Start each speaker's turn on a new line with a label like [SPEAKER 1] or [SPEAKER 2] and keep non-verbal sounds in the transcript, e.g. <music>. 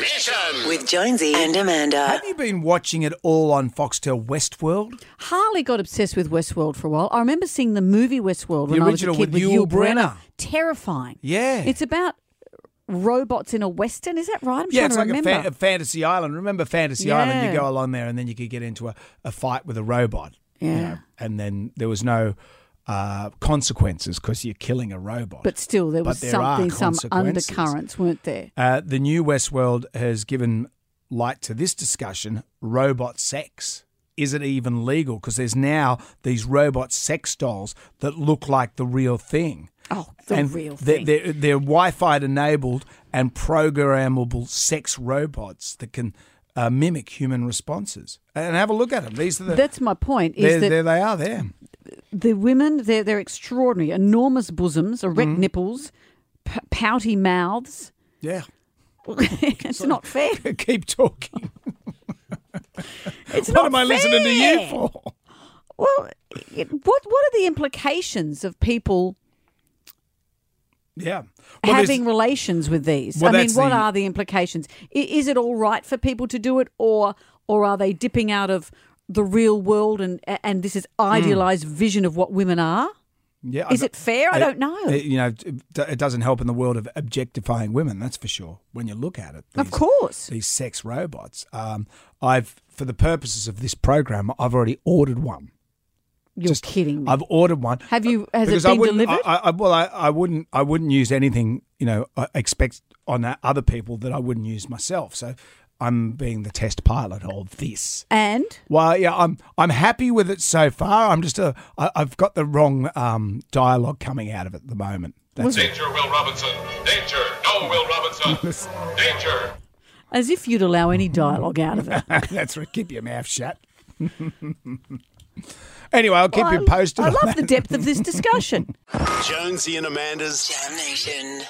[SPEAKER 1] Mission.
[SPEAKER 2] With Jonesy and Amanda.
[SPEAKER 3] Have you been watching it all on Foxtel Westworld?
[SPEAKER 4] Harley got obsessed with Westworld for a while. I remember seeing the movie Westworld
[SPEAKER 3] The
[SPEAKER 4] when I was a
[SPEAKER 3] original
[SPEAKER 4] kid
[SPEAKER 3] with Yul Brynner.
[SPEAKER 4] Terrifying.
[SPEAKER 3] Yeah.
[SPEAKER 4] It's about robots in a western. Is that right? I'm
[SPEAKER 3] yeah,
[SPEAKER 4] trying
[SPEAKER 3] it's
[SPEAKER 4] to
[SPEAKER 3] like a,
[SPEAKER 4] remember.
[SPEAKER 3] fa- a fantasy island. Remember Fantasy
[SPEAKER 4] Yeah.
[SPEAKER 3] Island? You go along there and then you could get into a, a fight with a robot. you
[SPEAKER 4] Yeah.
[SPEAKER 3] know, and then there was no uh, consequences because you're killing a robot.
[SPEAKER 4] but still, there
[SPEAKER 3] But
[SPEAKER 4] was
[SPEAKER 3] there
[SPEAKER 4] something,
[SPEAKER 3] are
[SPEAKER 4] some
[SPEAKER 3] consequences.
[SPEAKER 4] undercurrents, weren't there?
[SPEAKER 3] uh, the new Westworld has given light to this discussion robot sex. Is it even legal? Because there's now these robot sex dolls that look like the real thing.
[SPEAKER 4] Oh, the
[SPEAKER 3] and
[SPEAKER 4] real
[SPEAKER 3] they're,
[SPEAKER 4] thing.
[SPEAKER 3] They're, they're Wi-Fi enabled and programmable sex robots that can uh, mimic human responses. And have a look at them. These are the
[SPEAKER 4] That's my point. Is
[SPEAKER 3] there,
[SPEAKER 4] that
[SPEAKER 3] there they are there.
[SPEAKER 4] the women they're they're extraordinary, enormous bosoms, erect
[SPEAKER 3] Mm-hmm.
[SPEAKER 4] nipples, p- pouty mouths. <laughs>
[SPEAKER 3] Yeah. <laughs>
[SPEAKER 4] it's not fair.
[SPEAKER 3] Keep talking.
[SPEAKER 4] It's
[SPEAKER 3] what
[SPEAKER 4] not
[SPEAKER 3] am I listening to you
[SPEAKER 4] fair.
[SPEAKER 3] for? <laughs>
[SPEAKER 4] Well, it, what what are the implications of people
[SPEAKER 3] Yeah. Well, there's-
[SPEAKER 4] having relations with these?
[SPEAKER 3] Well,
[SPEAKER 4] I mean,
[SPEAKER 3] that's
[SPEAKER 4] what
[SPEAKER 3] the-
[SPEAKER 4] are the implications? I, is it all right for people to do it, or or are they dipping out of the real world and and this is
[SPEAKER 3] Hmm.
[SPEAKER 4] idealized vision of what women are?
[SPEAKER 3] yeah,
[SPEAKER 4] Is
[SPEAKER 3] I-
[SPEAKER 4] it fair? I don't know.
[SPEAKER 3] It, you know, it it doesn't help in the world of objectifying women. That's for sure. When you look at it,
[SPEAKER 4] of
[SPEAKER 3] these-
[SPEAKER 4] course.
[SPEAKER 3] these sex robots. Um, I've, for the purposes of this program, I've already ordered one.
[SPEAKER 4] You're
[SPEAKER 3] just-
[SPEAKER 4] kidding me.
[SPEAKER 3] I've ordered one.
[SPEAKER 4] Have you- has it
[SPEAKER 3] Because I
[SPEAKER 4] been
[SPEAKER 3] wouldn't-
[SPEAKER 4] delivered?
[SPEAKER 3] I, I, well, I, I wouldn't. I wouldn't use anything. You know, I expect on that other people that I wouldn't use myself. So I'm being the test pilot of this.
[SPEAKER 4] and
[SPEAKER 3] Well, yeah, I'm. I'm happy with it so far. I'm just a. I, I've got the wrong um, dialogue coming out of it at the moment. That's it.
[SPEAKER 5] Danger, Will Robinson. Danger. No, Will Robinson. Danger.
[SPEAKER 4] as if you'd allow
[SPEAKER 3] <laughs>
[SPEAKER 4] any dialogue out of it.
[SPEAKER 3] That's right. Keep your mouth shut. <laughs> anyway, I'll keep
[SPEAKER 4] Well,
[SPEAKER 3] you posted.
[SPEAKER 4] I
[SPEAKER 3] on
[SPEAKER 4] love
[SPEAKER 3] that.
[SPEAKER 4] the depth of this discussion.
[SPEAKER 1] Jonesy and Amanda's
[SPEAKER 2] Damnation.